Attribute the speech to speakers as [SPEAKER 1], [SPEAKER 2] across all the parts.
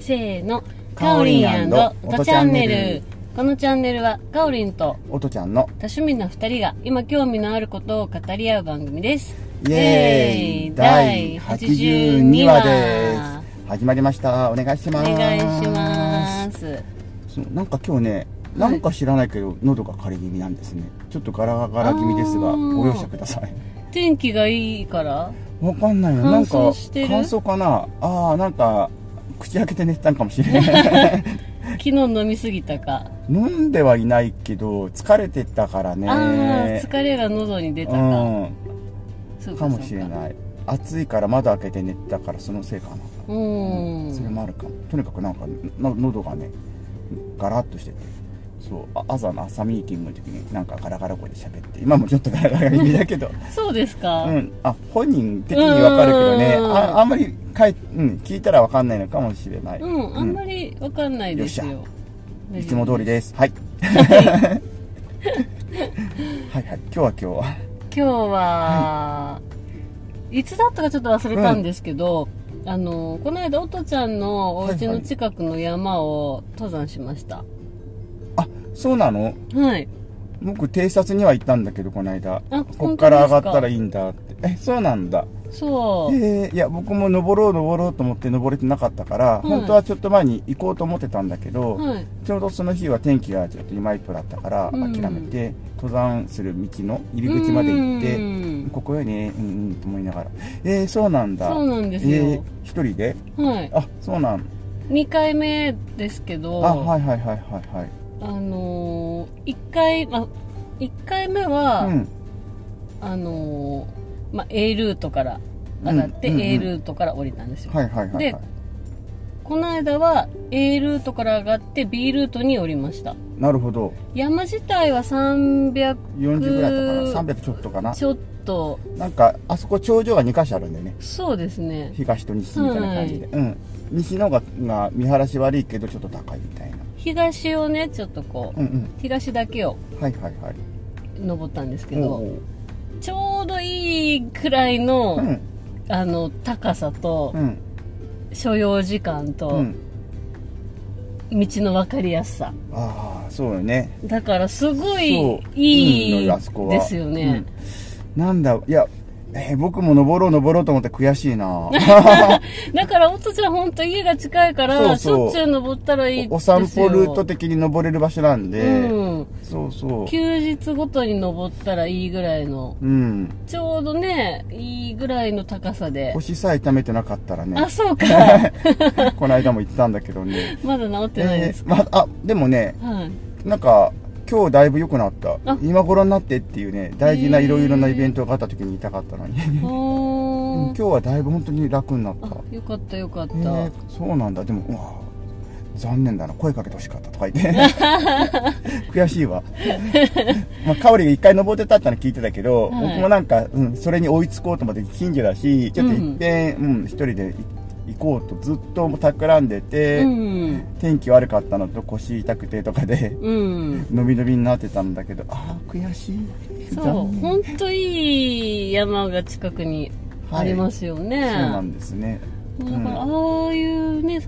[SPEAKER 1] せーの
[SPEAKER 2] か
[SPEAKER 1] か
[SPEAKER 2] お
[SPEAKER 1] お
[SPEAKER 2] り
[SPEAKER 1] り
[SPEAKER 2] ん
[SPEAKER 1] ん
[SPEAKER 2] 音
[SPEAKER 1] 音
[SPEAKER 2] チ
[SPEAKER 1] チ
[SPEAKER 2] ャ
[SPEAKER 1] ャ
[SPEAKER 2] ン
[SPEAKER 1] ン
[SPEAKER 2] ネ
[SPEAKER 1] ネ
[SPEAKER 2] ル
[SPEAKER 1] ルこのチャンネルはかおりんと
[SPEAKER 2] 音ちゃんの
[SPEAKER 1] 多趣味な2人が今興味のあることを語り合う番組です
[SPEAKER 2] イエーイ第82話です始まりましたお願いし
[SPEAKER 1] お
[SPEAKER 2] ます
[SPEAKER 1] 願いします
[SPEAKER 2] そうなんか今日ねなんか知らないけど喉が枯れ気味なんですねちょっとガラガラ気味ですが
[SPEAKER 1] あー
[SPEAKER 2] ご容赦ください
[SPEAKER 1] 天気がいいから
[SPEAKER 2] わかんないよな
[SPEAKER 1] 乾
[SPEAKER 2] んか
[SPEAKER 1] 燥してる
[SPEAKER 2] 乾燥かなあーなんか口開けて寝てたんかもし れない
[SPEAKER 1] 昨日飲みすぎたか、
[SPEAKER 2] 飲んではいないけど疲れてたからね
[SPEAKER 1] ああ疲れが喉に出たか、
[SPEAKER 2] うん
[SPEAKER 1] そう
[SPEAKER 2] かもしれ
[SPEAKER 1] い
[SPEAKER 2] ない暑いから窓開けて寝てたからそのせいか
[SPEAKER 1] う
[SPEAKER 2] なうん
[SPEAKER 1] ん
[SPEAKER 2] それもあるかもとにかくなんかの喉がねガラッとしててそうあ朝の朝ミーティングの時になんかガラガラ声で喋って今もちょっとガラガラ気味だ けど
[SPEAKER 1] そうですか、
[SPEAKER 2] うんあ本人的にわかるけどね
[SPEAKER 1] うん
[SPEAKER 2] ああんまりかい、うん、聞いたらわかんないのかもしれない、
[SPEAKER 1] うん、あんまりわかんないですよ。
[SPEAKER 2] よ
[SPEAKER 1] 大丈夫
[SPEAKER 2] いつも通りですはい はいはい今日は今日は
[SPEAKER 1] 今日は、い、つだったかちょっと忘れたんですけど、あの、この間、おとちゃんのお家の近くの山を登山しました。は
[SPEAKER 2] あそうなの
[SPEAKER 1] い。
[SPEAKER 2] 僕偵察には行ったんだけどこの間
[SPEAKER 1] あ
[SPEAKER 2] こっから上がったら
[SPEAKER 1] い
[SPEAKER 2] いいんだってえそうなんだ
[SPEAKER 1] そう。
[SPEAKER 2] えーいや僕も登ろう登ろうと思って登れてなかったから、
[SPEAKER 1] い
[SPEAKER 2] 本当はちょっと前に行こうと思ってたんだけど、
[SPEAKER 1] はい。
[SPEAKER 2] ちょうどその日は天気がちょっといまいちだったから
[SPEAKER 1] うん
[SPEAKER 2] 諦めて、登山する道の入り口まで行って、
[SPEAKER 1] うん
[SPEAKER 2] ここよねうんうんと思いながらえー、そうなんだ
[SPEAKER 1] そうなんですよ
[SPEAKER 2] えー一人で
[SPEAKER 1] はい。
[SPEAKER 2] あそうなん
[SPEAKER 1] 2回目ですけ
[SPEAKER 2] あ
[SPEAKER 1] ど、
[SPEAKER 2] はいはいはいはいはい
[SPEAKER 1] あのー、1回、まあ、1回目は、
[SPEAKER 2] うん
[SPEAKER 1] あのー、まあ、A ルートから上がって、
[SPEAKER 2] うんうんうん
[SPEAKER 1] A ルートから降りたんですよ。
[SPEAKER 2] はいはいはいは
[SPEAKER 1] で
[SPEAKER 2] い
[SPEAKER 1] この間は A ルートから上がって B ルートに降りました
[SPEAKER 2] なるほど
[SPEAKER 1] 山自体は300
[SPEAKER 2] 40ぐらいだったから300ちょっとかな
[SPEAKER 1] ちょっと
[SPEAKER 2] なんかあそこ頂上が2箇所あるんだよね
[SPEAKER 1] そうですね
[SPEAKER 2] 東と西みたいな感じで、うん西の方が見晴らし悪いけどちょっと高いみたいな
[SPEAKER 1] 東をねちょっとこう、
[SPEAKER 2] うん
[SPEAKER 1] 東だけを
[SPEAKER 2] うんはいはいはい
[SPEAKER 1] 登ったんですけ
[SPEAKER 2] お
[SPEAKER 1] ど
[SPEAKER 2] う
[SPEAKER 1] ちょうどいいくらい
[SPEAKER 2] お
[SPEAKER 1] の、
[SPEAKER 2] ううん
[SPEAKER 1] あの高さと、
[SPEAKER 2] うん
[SPEAKER 1] 所要時間と、
[SPEAKER 2] うん
[SPEAKER 1] 道の分かりやすさ
[SPEAKER 2] ああそうよね
[SPEAKER 1] だからすごい
[SPEAKER 2] そう
[SPEAKER 1] い
[SPEAKER 2] いいの
[SPEAKER 1] い
[SPEAKER 2] よあそこは
[SPEAKER 1] ですよね、
[SPEAKER 2] うんなんだいや、えー僕も登ろう登ろうと思って悔しい な
[SPEAKER 1] だからおとちゃん本当家が近いから
[SPEAKER 2] そうそう
[SPEAKER 1] しょっちゅう登ったらいいですよ
[SPEAKER 2] お散歩ルート的に登れる場所なんで、
[SPEAKER 1] うん、
[SPEAKER 2] そうそう
[SPEAKER 1] 休日ごとに登ったらいいぐらいの
[SPEAKER 2] うん
[SPEAKER 1] ちょうどねいいぐらいの高さで
[SPEAKER 2] 腰さえ痛めてなかったらね
[SPEAKER 1] あそう か
[SPEAKER 2] この間も言ってたんだけどね
[SPEAKER 1] まだ治ってないです、
[SPEAKER 2] えーまあでもね
[SPEAKER 1] はい、
[SPEAKER 2] なんか今日だいぶ良くなった
[SPEAKER 1] あ
[SPEAKER 2] 今頃になってっていうね大事
[SPEAKER 1] へ
[SPEAKER 2] な
[SPEAKER 1] ー
[SPEAKER 2] いろいろなイベントがあった時に痛かったのにうん
[SPEAKER 1] お
[SPEAKER 2] 今
[SPEAKER 1] ー
[SPEAKER 2] 日はだいぶ本当に楽になった
[SPEAKER 1] あよかったよかった、
[SPEAKER 2] えーそうなんだでもうわ残念だな声かけてほしかったとか言って 悔しいわまあかおりが一回登ってたってのは聞いてたけ
[SPEAKER 1] は
[SPEAKER 2] ど、
[SPEAKER 1] い
[SPEAKER 2] 僕もなんか、うん、それに追いつこうと思って近所だしちょっと
[SPEAKER 1] うん
[SPEAKER 2] いっぺん、うん一人で行こうとずっと企んでて、
[SPEAKER 1] うん
[SPEAKER 2] 天気悪かったのと腰痛くてとかで
[SPEAKER 1] うん
[SPEAKER 2] 伸び伸びになってたんだけどああ悔しい
[SPEAKER 1] そう
[SPEAKER 2] 残念
[SPEAKER 1] 本当いい山が近くにありますよね、
[SPEAKER 2] そうなんですね
[SPEAKER 1] だからああいうね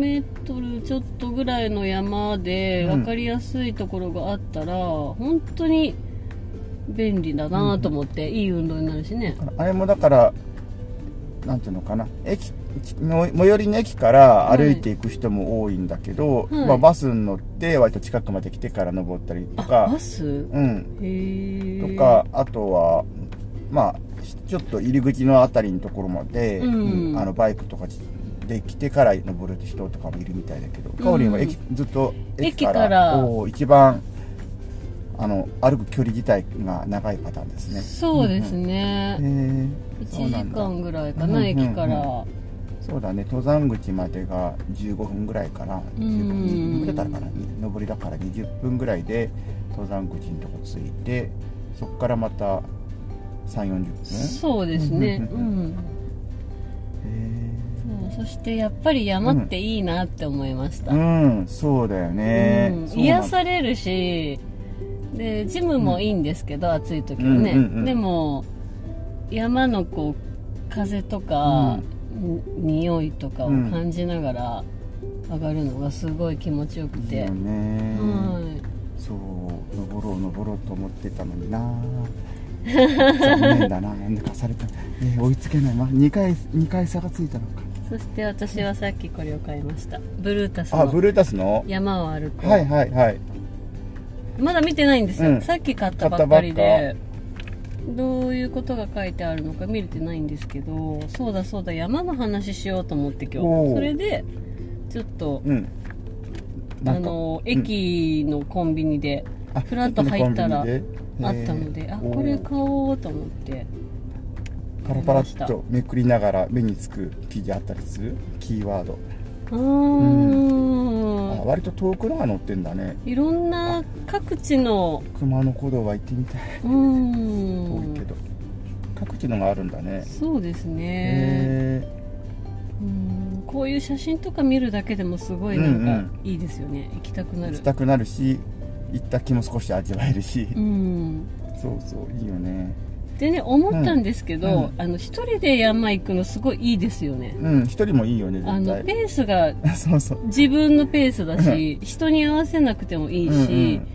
[SPEAKER 1] 300m ちょっとぐらいの山で
[SPEAKER 2] うん
[SPEAKER 1] 分かりやすいところがあったら、本当に便利だなと思って、いい運動になるしね
[SPEAKER 2] あれもだからなんていうのかな駅の最寄りの駅から歩いていく人も多いんだけど、
[SPEAKER 1] はい
[SPEAKER 2] まあ、バスに乗って割と近くまで来てから登ったりと
[SPEAKER 1] あ
[SPEAKER 2] か
[SPEAKER 1] バ、ス
[SPEAKER 2] うん、
[SPEAKER 1] へえ
[SPEAKER 2] とかあとはまあちょっと入り口のあたりのところまで、
[SPEAKER 1] うん
[SPEAKER 2] うんあのバイクとかで来てから登る人とかもいるみたいだけど、かおりんは駅ずっと駅から
[SPEAKER 1] 駅から
[SPEAKER 2] おー一番あの歩く距離自体が長いパターンですね。
[SPEAKER 1] そうです
[SPEAKER 2] へ
[SPEAKER 1] ね、
[SPEAKER 2] ーそう
[SPEAKER 1] 1
[SPEAKER 2] な
[SPEAKER 1] 時
[SPEAKER 2] んだ
[SPEAKER 1] 間ぐらいか
[SPEAKER 2] うんうん
[SPEAKER 1] な
[SPEAKER 2] うん
[SPEAKER 1] 駅から、
[SPEAKER 2] そうだね登山口までが15分ぐらいかな
[SPEAKER 1] うん
[SPEAKER 2] 15分ぐらいだったかな上りだから20分ぐらいで登山口のとこ着いてそこからまた3 4 0分
[SPEAKER 1] そうですね
[SPEAKER 2] う
[SPEAKER 1] うんん、そうそしてやっぱり山っていいなって思いました、
[SPEAKER 2] うん、うん、そうだよね、
[SPEAKER 1] うん
[SPEAKER 2] そうなん
[SPEAKER 1] 癒されるしでジムもいいんですけど、暑い時はね、
[SPEAKER 2] うんうんうん
[SPEAKER 1] でも山のこう風とか、
[SPEAKER 2] うん
[SPEAKER 1] に匂いとかを感じながら上がるのがすごい気持ちよく
[SPEAKER 2] いい
[SPEAKER 1] て
[SPEAKER 2] よ、ね、
[SPEAKER 1] はい
[SPEAKER 2] そう登ろう登ろうと思ってたのにな残念だななんかされた、ね、追いつけない、ま、2回二回差がついたのか
[SPEAKER 1] そして私はさっきこれを買いましたブルータス
[SPEAKER 2] あブ
[SPEAKER 1] の
[SPEAKER 2] ルータスの
[SPEAKER 1] 山を歩く、
[SPEAKER 2] はいはいはい
[SPEAKER 1] まだ見てないんですよ、
[SPEAKER 2] うん
[SPEAKER 1] さっき買ったばっかり
[SPEAKER 2] 買った
[SPEAKER 1] でどういうことが書いてあるのか見れてないんですけどそうだそうだ山の話しようと思って今
[SPEAKER 2] お
[SPEAKER 1] 日
[SPEAKER 2] ー
[SPEAKER 1] それでちょっと
[SPEAKER 2] うん
[SPEAKER 1] あ
[SPEAKER 2] なんか
[SPEAKER 1] の駅のコンビニで
[SPEAKER 2] あ
[SPEAKER 1] フラッと入ったら
[SPEAKER 2] コンビニで
[SPEAKER 1] あったので、
[SPEAKER 2] へー
[SPEAKER 1] あ
[SPEAKER 2] おー
[SPEAKER 1] これ買おうと思って
[SPEAKER 2] パラパラっとめくりながら目につく記事あったりするキーワード、
[SPEAKER 1] あー、
[SPEAKER 2] あ割と遠くのが載ってんだね
[SPEAKER 1] いろんな各地の
[SPEAKER 2] 熊野古道は行ってみたいう遠
[SPEAKER 1] ん
[SPEAKER 2] いけど、各地のがあるんだね
[SPEAKER 1] そうですね
[SPEAKER 2] へえ
[SPEAKER 1] うんこういう写真とか見るだけでもすごいなん
[SPEAKER 2] うん
[SPEAKER 1] かいいですよね、行きたくな
[SPEAKER 2] 行
[SPEAKER 1] る
[SPEAKER 2] きたくなるし行った気も少し味わえるし、
[SPEAKER 1] うん
[SPEAKER 2] そうそういいよね
[SPEAKER 1] でね思ったんですけど、
[SPEAKER 2] う
[SPEAKER 1] あの一人で山行くのすごいいいですよね
[SPEAKER 2] うん一人もいいよね
[SPEAKER 1] あ
[SPEAKER 2] 絶
[SPEAKER 1] の
[SPEAKER 2] 対
[SPEAKER 1] ペースが
[SPEAKER 2] そうそう
[SPEAKER 1] 自分のペースだし人に合わせなくてもいいし、
[SPEAKER 2] うん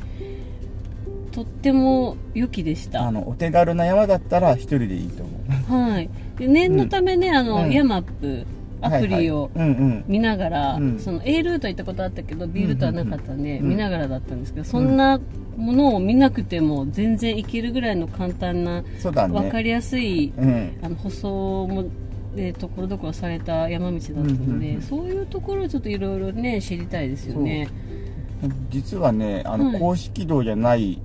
[SPEAKER 1] とっても良きでし
[SPEAKER 2] うん、あ
[SPEAKER 1] た
[SPEAKER 2] のお手軽な山だったら一人でいいと思う
[SPEAKER 1] はいで念のためね、あの、
[SPEAKER 2] うん
[SPEAKER 1] ヤマップアプリを
[SPEAKER 2] はいはいうんうん
[SPEAKER 1] 見ながら、
[SPEAKER 2] うん
[SPEAKER 1] その A ルート行ったことあったけど B ルートはなかったんで、
[SPEAKER 2] うんうんうん
[SPEAKER 1] 見ながらだったんですけど、そんなものを見なくても全然行けるぐらいの簡単な
[SPEAKER 2] そうだね
[SPEAKER 1] 分かりやすい、
[SPEAKER 2] うん
[SPEAKER 1] あの舗装も、えーところどころされた山道だったので、
[SPEAKER 2] うんうんうん
[SPEAKER 1] そういうところをちょっといろいろね知りたいですよね
[SPEAKER 2] 実はねあの、
[SPEAKER 1] はい
[SPEAKER 2] 公式道じゃない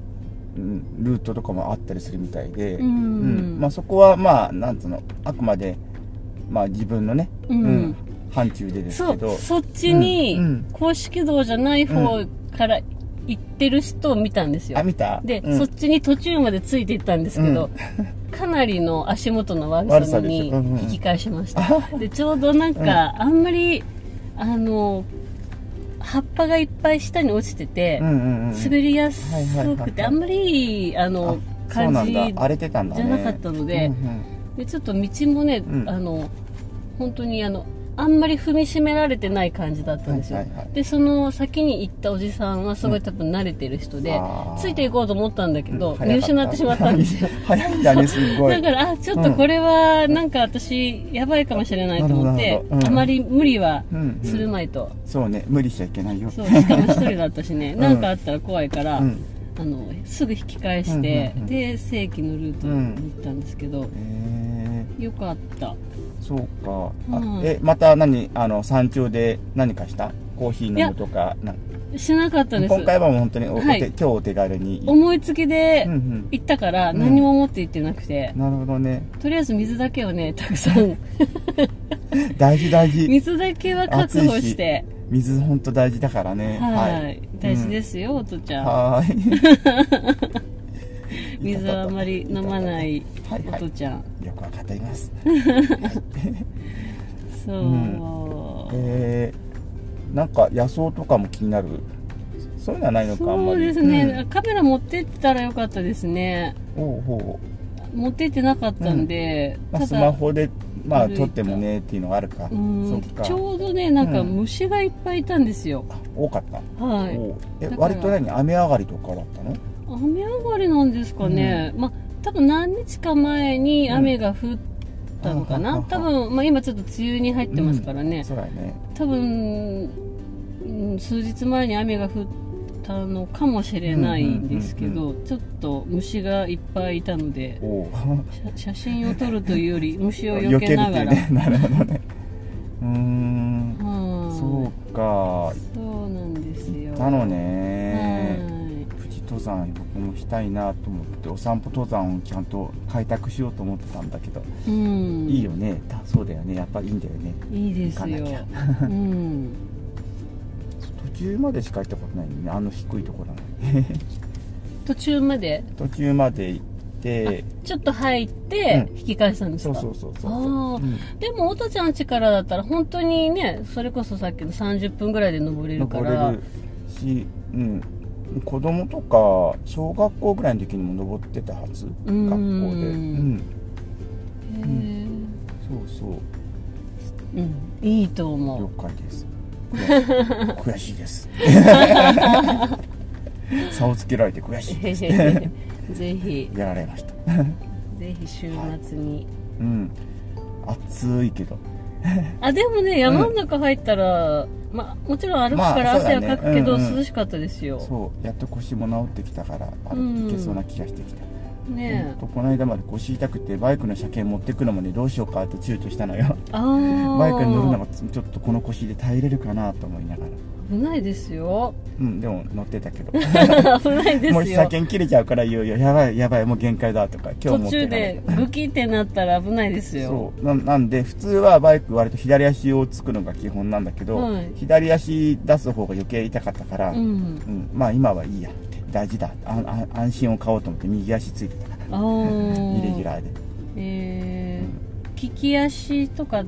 [SPEAKER 2] うんルートとかもあったりするみたいで、
[SPEAKER 1] うん
[SPEAKER 2] うんまあ、そこはまあなんつうのあくまで、まあ、自分のね、
[SPEAKER 1] うん
[SPEAKER 2] 範疇でです
[SPEAKER 1] そ
[SPEAKER 2] け
[SPEAKER 1] う
[SPEAKER 2] ど
[SPEAKER 1] そっちに
[SPEAKER 2] うんうん
[SPEAKER 1] 公式道じゃない方から行ってる人を見たんですよ、
[SPEAKER 2] あ見た
[SPEAKER 1] で、
[SPEAKER 2] うん
[SPEAKER 1] そっちに途中までついていったんですけど、かなりの足元の悪
[SPEAKER 2] 悪
[SPEAKER 1] さ
[SPEAKER 2] さでし
[SPEAKER 1] に
[SPEAKER 2] ょうんうん
[SPEAKER 1] 引き返しました、でちょうどなんか、あんまりあの葉っぱがいっぱい下に落ちてて、
[SPEAKER 2] うんうんうん、
[SPEAKER 1] 滑りやす
[SPEAKER 2] はいはいは
[SPEAKER 1] く
[SPEAKER 2] い
[SPEAKER 1] て、
[SPEAKER 2] はい
[SPEAKER 1] あんまりいいあの
[SPEAKER 2] あそう
[SPEAKER 1] 感
[SPEAKER 2] なん
[SPEAKER 1] じ
[SPEAKER 2] だ荒れてたんだ、
[SPEAKER 1] じ
[SPEAKER 2] ね、
[SPEAKER 1] ゃなかったので,、
[SPEAKER 2] うん
[SPEAKER 1] でちょっと道もね、
[SPEAKER 2] うん
[SPEAKER 1] あの本当にあのあんまり踏みしめられてない感じだったんですよ、
[SPEAKER 2] はいはいはい
[SPEAKER 1] でその先に行ったおじさんはすごい多分慣れてる人で、
[SPEAKER 2] あー
[SPEAKER 1] ついていこうと思ったんだけ
[SPEAKER 2] うん
[SPEAKER 1] ど、
[SPEAKER 2] 早
[SPEAKER 1] 見
[SPEAKER 2] か
[SPEAKER 1] 失ってしまったんですよ
[SPEAKER 2] 早いんだねすごい
[SPEAKER 1] だからあちょっとこれはなんか私やばいかもしれないと思っ
[SPEAKER 2] なる
[SPEAKER 1] て
[SPEAKER 2] ほ、どなるほどうん
[SPEAKER 1] あまり無理は
[SPEAKER 2] うんうん
[SPEAKER 1] するまいと、
[SPEAKER 2] そうね無理しちゃいけないよ
[SPEAKER 1] そうしかも一人だったしね
[SPEAKER 2] ん
[SPEAKER 1] 何、なん、かあったら怖いから、
[SPEAKER 2] うん
[SPEAKER 1] あのすぐ引き返して、
[SPEAKER 2] うんうんうん
[SPEAKER 1] で正規のルートに行ったんですけど、
[SPEAKER 2] え
[SPEAKER 1] よかった
[SPEAKER 2] ー、そうか、あ
[SPEAKER 1] うん
[SPEAKER 2] えまた何あの山頂で何かしたコーヒー
[SPEAKER 1] い
[SPEAKER 2] 飲
[SPEAKER 1] や
[SPEAKER 2] むとかなん
[SPEAKER 1] しなかったです
[SPEAKER 2] 今回はもう本当にお、
[SPEAKER 1] はい
[SPEAKER 2] お手超お手軽に
[SPEAKER 1] 思いつきで
[SPEAKER 2] うんうん
[SPEAKER 1] 行ったから
[SPEAKER 2] うん
[SPEAKER 1] 何も持って行ってなくて、
[SPEAKER 2] なるほどね
[SPEAKER 1] とりあえず水だけをねたくさん
[SPEAKER 2] 大事大事
[SPEAKER 1] 水だけは確保して
[SPEAKER 2] 水本当大事だからね
[SPEAKER 1] はい、大事ですよ、おとちゃん
[SPEAKER 2] はーい
[SPEAKER 1] 水はあまり飲まない
[SPEAKER 2] はい
[SPEAKER 1] お
[SPEAKER 2] はい
[SPEAKER 1] とちゃん、
[SPEAKER 2] よくわかっています
[SPEAKER 1] そう、
[SPEAKER 2] えー、なんか野草とかも気になるそういうのはないのかあん
[SPEAKER 1] そ
[SPEAKER 2] ま
[SPEAKER 1] う
[SPEAKER 2] り
[SPEAKER 1] ですね、カメラ持ってったらよかったですね
[SPEAKER 2] うん、おうほ
[SPEAKER 1] 持ってってなかったんで、
[SPEAKER 2] う、まあ、
[SPEAKER 1] た
[SPEAKER 2] スマ
[SPEAKER 1] だ
[SPEAKER 2] ホでまあ
[SPEAKER 1] 歩いた
[SPEAKER 2] 撮ってもねっていうのがあるか
[SPEAKER 1] うん
[SPEAKER 2] そっか
[SPEAKER 1] ちょうどねなんか
[SPEAKER 2] うん
[SPEAKER 1] 虫がいっぱいいたんですよ、
[SPEAKER 2] 多かった、
[SPEAKER 1] はい
[SPEAKER 2] おうえ
[SPEAKER 1] だから
[SPEAKER 2] 割と何雨上がりとかだったの
[SPEAKER 1] 雨上がりなんですかね、まあ多分何日か前に雨が降ったのかな、
[SPEAKER 2] うん
[SPEAKER 1] 多分、まあ、今ちょっと梅雨に入ってますからね、
[SPEAKER 2] そうだよね
[SPEAKER 1] 多分、うん数日前に雨が降ったのかもしれないんですけど、
[SPEAKER 2] うん
[SPEAKER 1] ちょっと虫がいっぱいいたので
[SPEAKER 2] おう
[SPEAKER 1] 写写真を撮るというよ り虫を避
[SPEAKER 2] 避
[SPEAKER 1] け
[SPEAKER 2] ける
[SPEAKER 1] な
[SPEAKER 2] ってい
[SPEAKER 1] が
[SPEAKER 2] う
[SPEAKER 1] ら、
[SPEAKER 2] ね なるほどねうーん
[SPEAKER 1] はい
[SPEAKER 2] そうか
[SPEAKER 1] そうなんですよ
[SPEAKER 2] なの
[SPEAKER 1] はい
[SPEAKER 2] ね富士登山僕もしたいなと思ってお散歩登山をちゃんと開拓しようと思ってたんだけど、
[SPEAKER 1] うん
[SPEAKER 2] いいよねたそうだよねやっぱいいんだよね
[SPEAKER 1] いいですよ
[SPEAKER 2] 行か
[SPEAKER 1] うん
[SPEAKER 2] 途中までしか行ったことないのねあの低いところなのに
[SPEAKER 1] 途中まで
[SPEAKER 2] 途中まで行って
[SPEAKER 1] ちょっと入って
[SPEAKER 2] うん
[SPEAKER 1] 引き返したんです
[SPEAKER 2] そ
[SPEAKER 1] か、
[SPEAKER 2] うそうそうそう
[SPEAKER 1] あ
[SPEAKER 2] そう
[SPEAKER 1] ー
[SPEAKER 2] うん
[SPEAKER 1] でもおとちゃん家からだったら本当にねそれこそさっきの30分ぐらいで登れるか
[SPEAKER 2] 登
[SPEAKER 1] ら
[SPEAKER 2] れるし、うん、子供とか小学校ぐらいの時にも登ってたはず学校で、
[SPEAKER 1] ん
[SPEAKER 2] うん、
[SPEAKER 1] へー
[SPEAKER 2] そうそう
[SPEAKER 1] うんいいと思
[SPEAKER 2] 了
[SPEAKER 1] う
[SPEAKER 2] 解です悔しいです 差をつけられて悔しいで す
[SPEAKER 1] ぜひ
[SPEAKER 2] やられました
[SPEAKER 1] ぜひ週末に、
[SPEAKER 2] うん暑いけど
[SPEAKER 1] あでもね山の中入ったら、まあもちろん歩くから
[SPEAKER 2] まあそう
[SPEAKER 1] 汗
[SPEAKER 2] だ
[SPEAKER 1] は
[SPEAKER 2] ね
[SPEAKER 1] かくけど、
[SPEAKER 2] うんうん
[SPEAKER 1] 涼しかったですよ
[SPEAKER 2] そうやっと腰も治ってきたからあれ
[SPEAKER 1] うん
[SPEAKER 2] いけそうな気がしてきた、ほ
[SPEAKER 1] ね
[SPEAKER 2] んとこの間まで腰痛くてバイクの車検持ってくのもねどうしようかって躊躇したのよ
[SPEAKER 1] えああ
[SPEAKER 2] バイクに乗るのがちょっとこの腰で耐えれるかなと思いながら
[SPEAKER 1] 危ないですよ
[SPEAKER 2] うんでも乗ってたけ ど
[SPEAKER 1] 危ないで
[SPEAKER 2] もう
[SPEAKER 1] す
[SPEAKER 2] 車
[SPEAKER 1] よ
[SPEAKER 2] 検切れちゃうから言うよやばいやばいもう限界だとか今日持
[SPEAKER 1] 途中
[SPEAKER 2] ってかない
[SPEAKER 1] でグキってなったら危ないですよ
[SPEAKER 2] そうななんで普通はバイク割と左足をつくのが基本なんだけど、
[SPEAKER 1] はい
[SPEAKER 2] 左足出す方が余計痛かったから、
[SPEAKER 1] うん
[SPEAKER 2] うんまあ今はいいやって大事だああ安心を買おうと思って右足ついてたから
[SPEAKER 1] あー
[SPEAKER 2] イレギュラーで
[SPEAKER 1] えー、利き足とかっ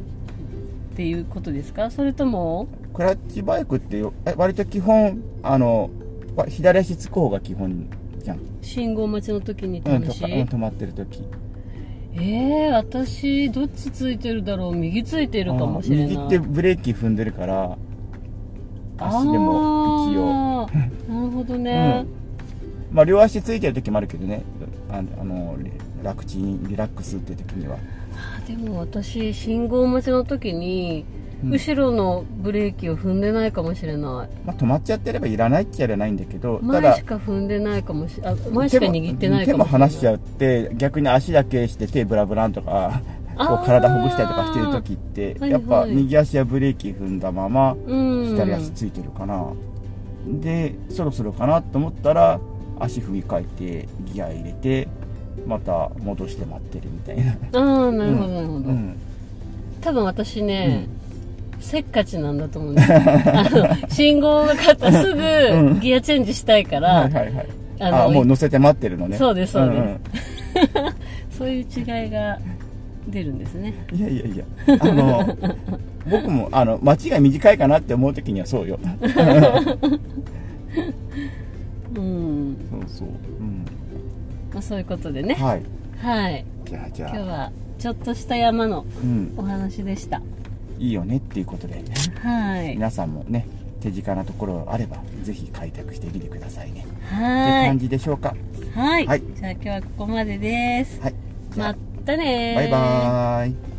[SPEAKER 1] ていうことですかそれとも
[SPEAKER 2] クラッチバイクってよえ割と基本あのわ左足つく方が基本じゃん、
[SPEAKER 1] 信号待ちの時にって
[SPEAKER 2] うんと
[SPEAKER 1] 話、
[SPEAKER 2] かうん、止まってる時
[SPEAKER 1] えー、私どっちついてるだろう右ついてるかもしれない
[SPEAKER 2] あー右ってブレーキ踏んでるから
[SPEAKER 1] あ
[SPEAKER 2] 足でも一応
[SPEAKER 1] あーなるほどね、
[SPEAKER 2] まあ両足ついてる時もあるけどねああのリ楽ちんリラックスって時には
[SPEAKER 1] あでも私信号待ちの時に
[SPEAKER 2] うん
[SPEAKER 1] 後ろのブレーキを踏んでないかもしれない、
[SPEAKER 2] まあ、止まっちゃってればいらないっちゃいらないんだけど、た
[SPEAKER 1] 前
[SPEAKER 2] だ
[SPEAKER 1] し、か踏んでないかもしれない前しか握ってない
[SPEAKER 2] 手
[SPEAKER 1] かもしれ
[SPEAKER 2] も手も
[SPEAKER 1] ない
[SPEAKER 2] 離しちゃって、逆に足だけして手ブラブランとか、
[SPEAKER 1] あー
[SPEAKER 2] こう体ほぐしたりとかしてる時って、
[SPEAKER 1] はいはい
[SPEAKER 2] やっぱ右足はブレーキ踏んだまま、
[SPEAKER 1] うん
[SPEAKER 2] 左足ついてるかな。で、そろそろかなと思ったら、足踏み替えて、ギア入れて、また戻して待ってるみたいな。
[SPEAKER 1] ああなるほどなるほど、
[SPEAKER 2] うん。
[SPEAKER 1] 多分私ね、せっかちなんだと思うん ですよあの信号が変わったらすぐギアチェンジしたいから
[SPEAKER 2] はい、はいはい。
[SPEAKER 1] あの
[SPEAKER 2] あもう乗せて待ってるのね。
[SPEAKER 1] そうですそうです
[SPEAKER 2] んん
[SPEAKER 1] そういう違いが出るんですね
[SPEAKER 2] いやいやいや、あの、僕も、あの、街が短いかなって思う時にはそうよ。
[SPEAKER 1] うん、
[SPEAKER 2] そうそう。うん。
[SPEAKER 1] まあ、そういうことでね
[SPEAKER 2] はい。
[SPEAKER 1] はい
[SPEAKER 2] じゃあ、じ
[SPEAKER 1] 今日
[SPEAKER 2] ゃあ、
[SPEAKER 1] はちょっとした山の
[SPEAKER 2] うん。
[SPEAKER 1] お話でした
[SPEAKER 2] いいよねっていうことで、
[SPEAKER 1] はい
[SPEAKER 2] 皆さんもね、手近なところあれば、ぜひ開拓してみてくださいね。って
[SPEAKER 1] は
[SPEAKER 2] 感
[SPEAKER 1] い
[SPEAKER 2] じでしょうか。
[SPEAKER 1] はい、
[SPEAKER 2] はい
[SPEAKER 1] じゃあ今日はここまでです
[SPEAKER 2] はい。じゃ
[SPEAKER 1] ま
[SPEAKER 2] あ
[SPEAKER 1] ったねー
[SPEAKER 2] バイバーイ。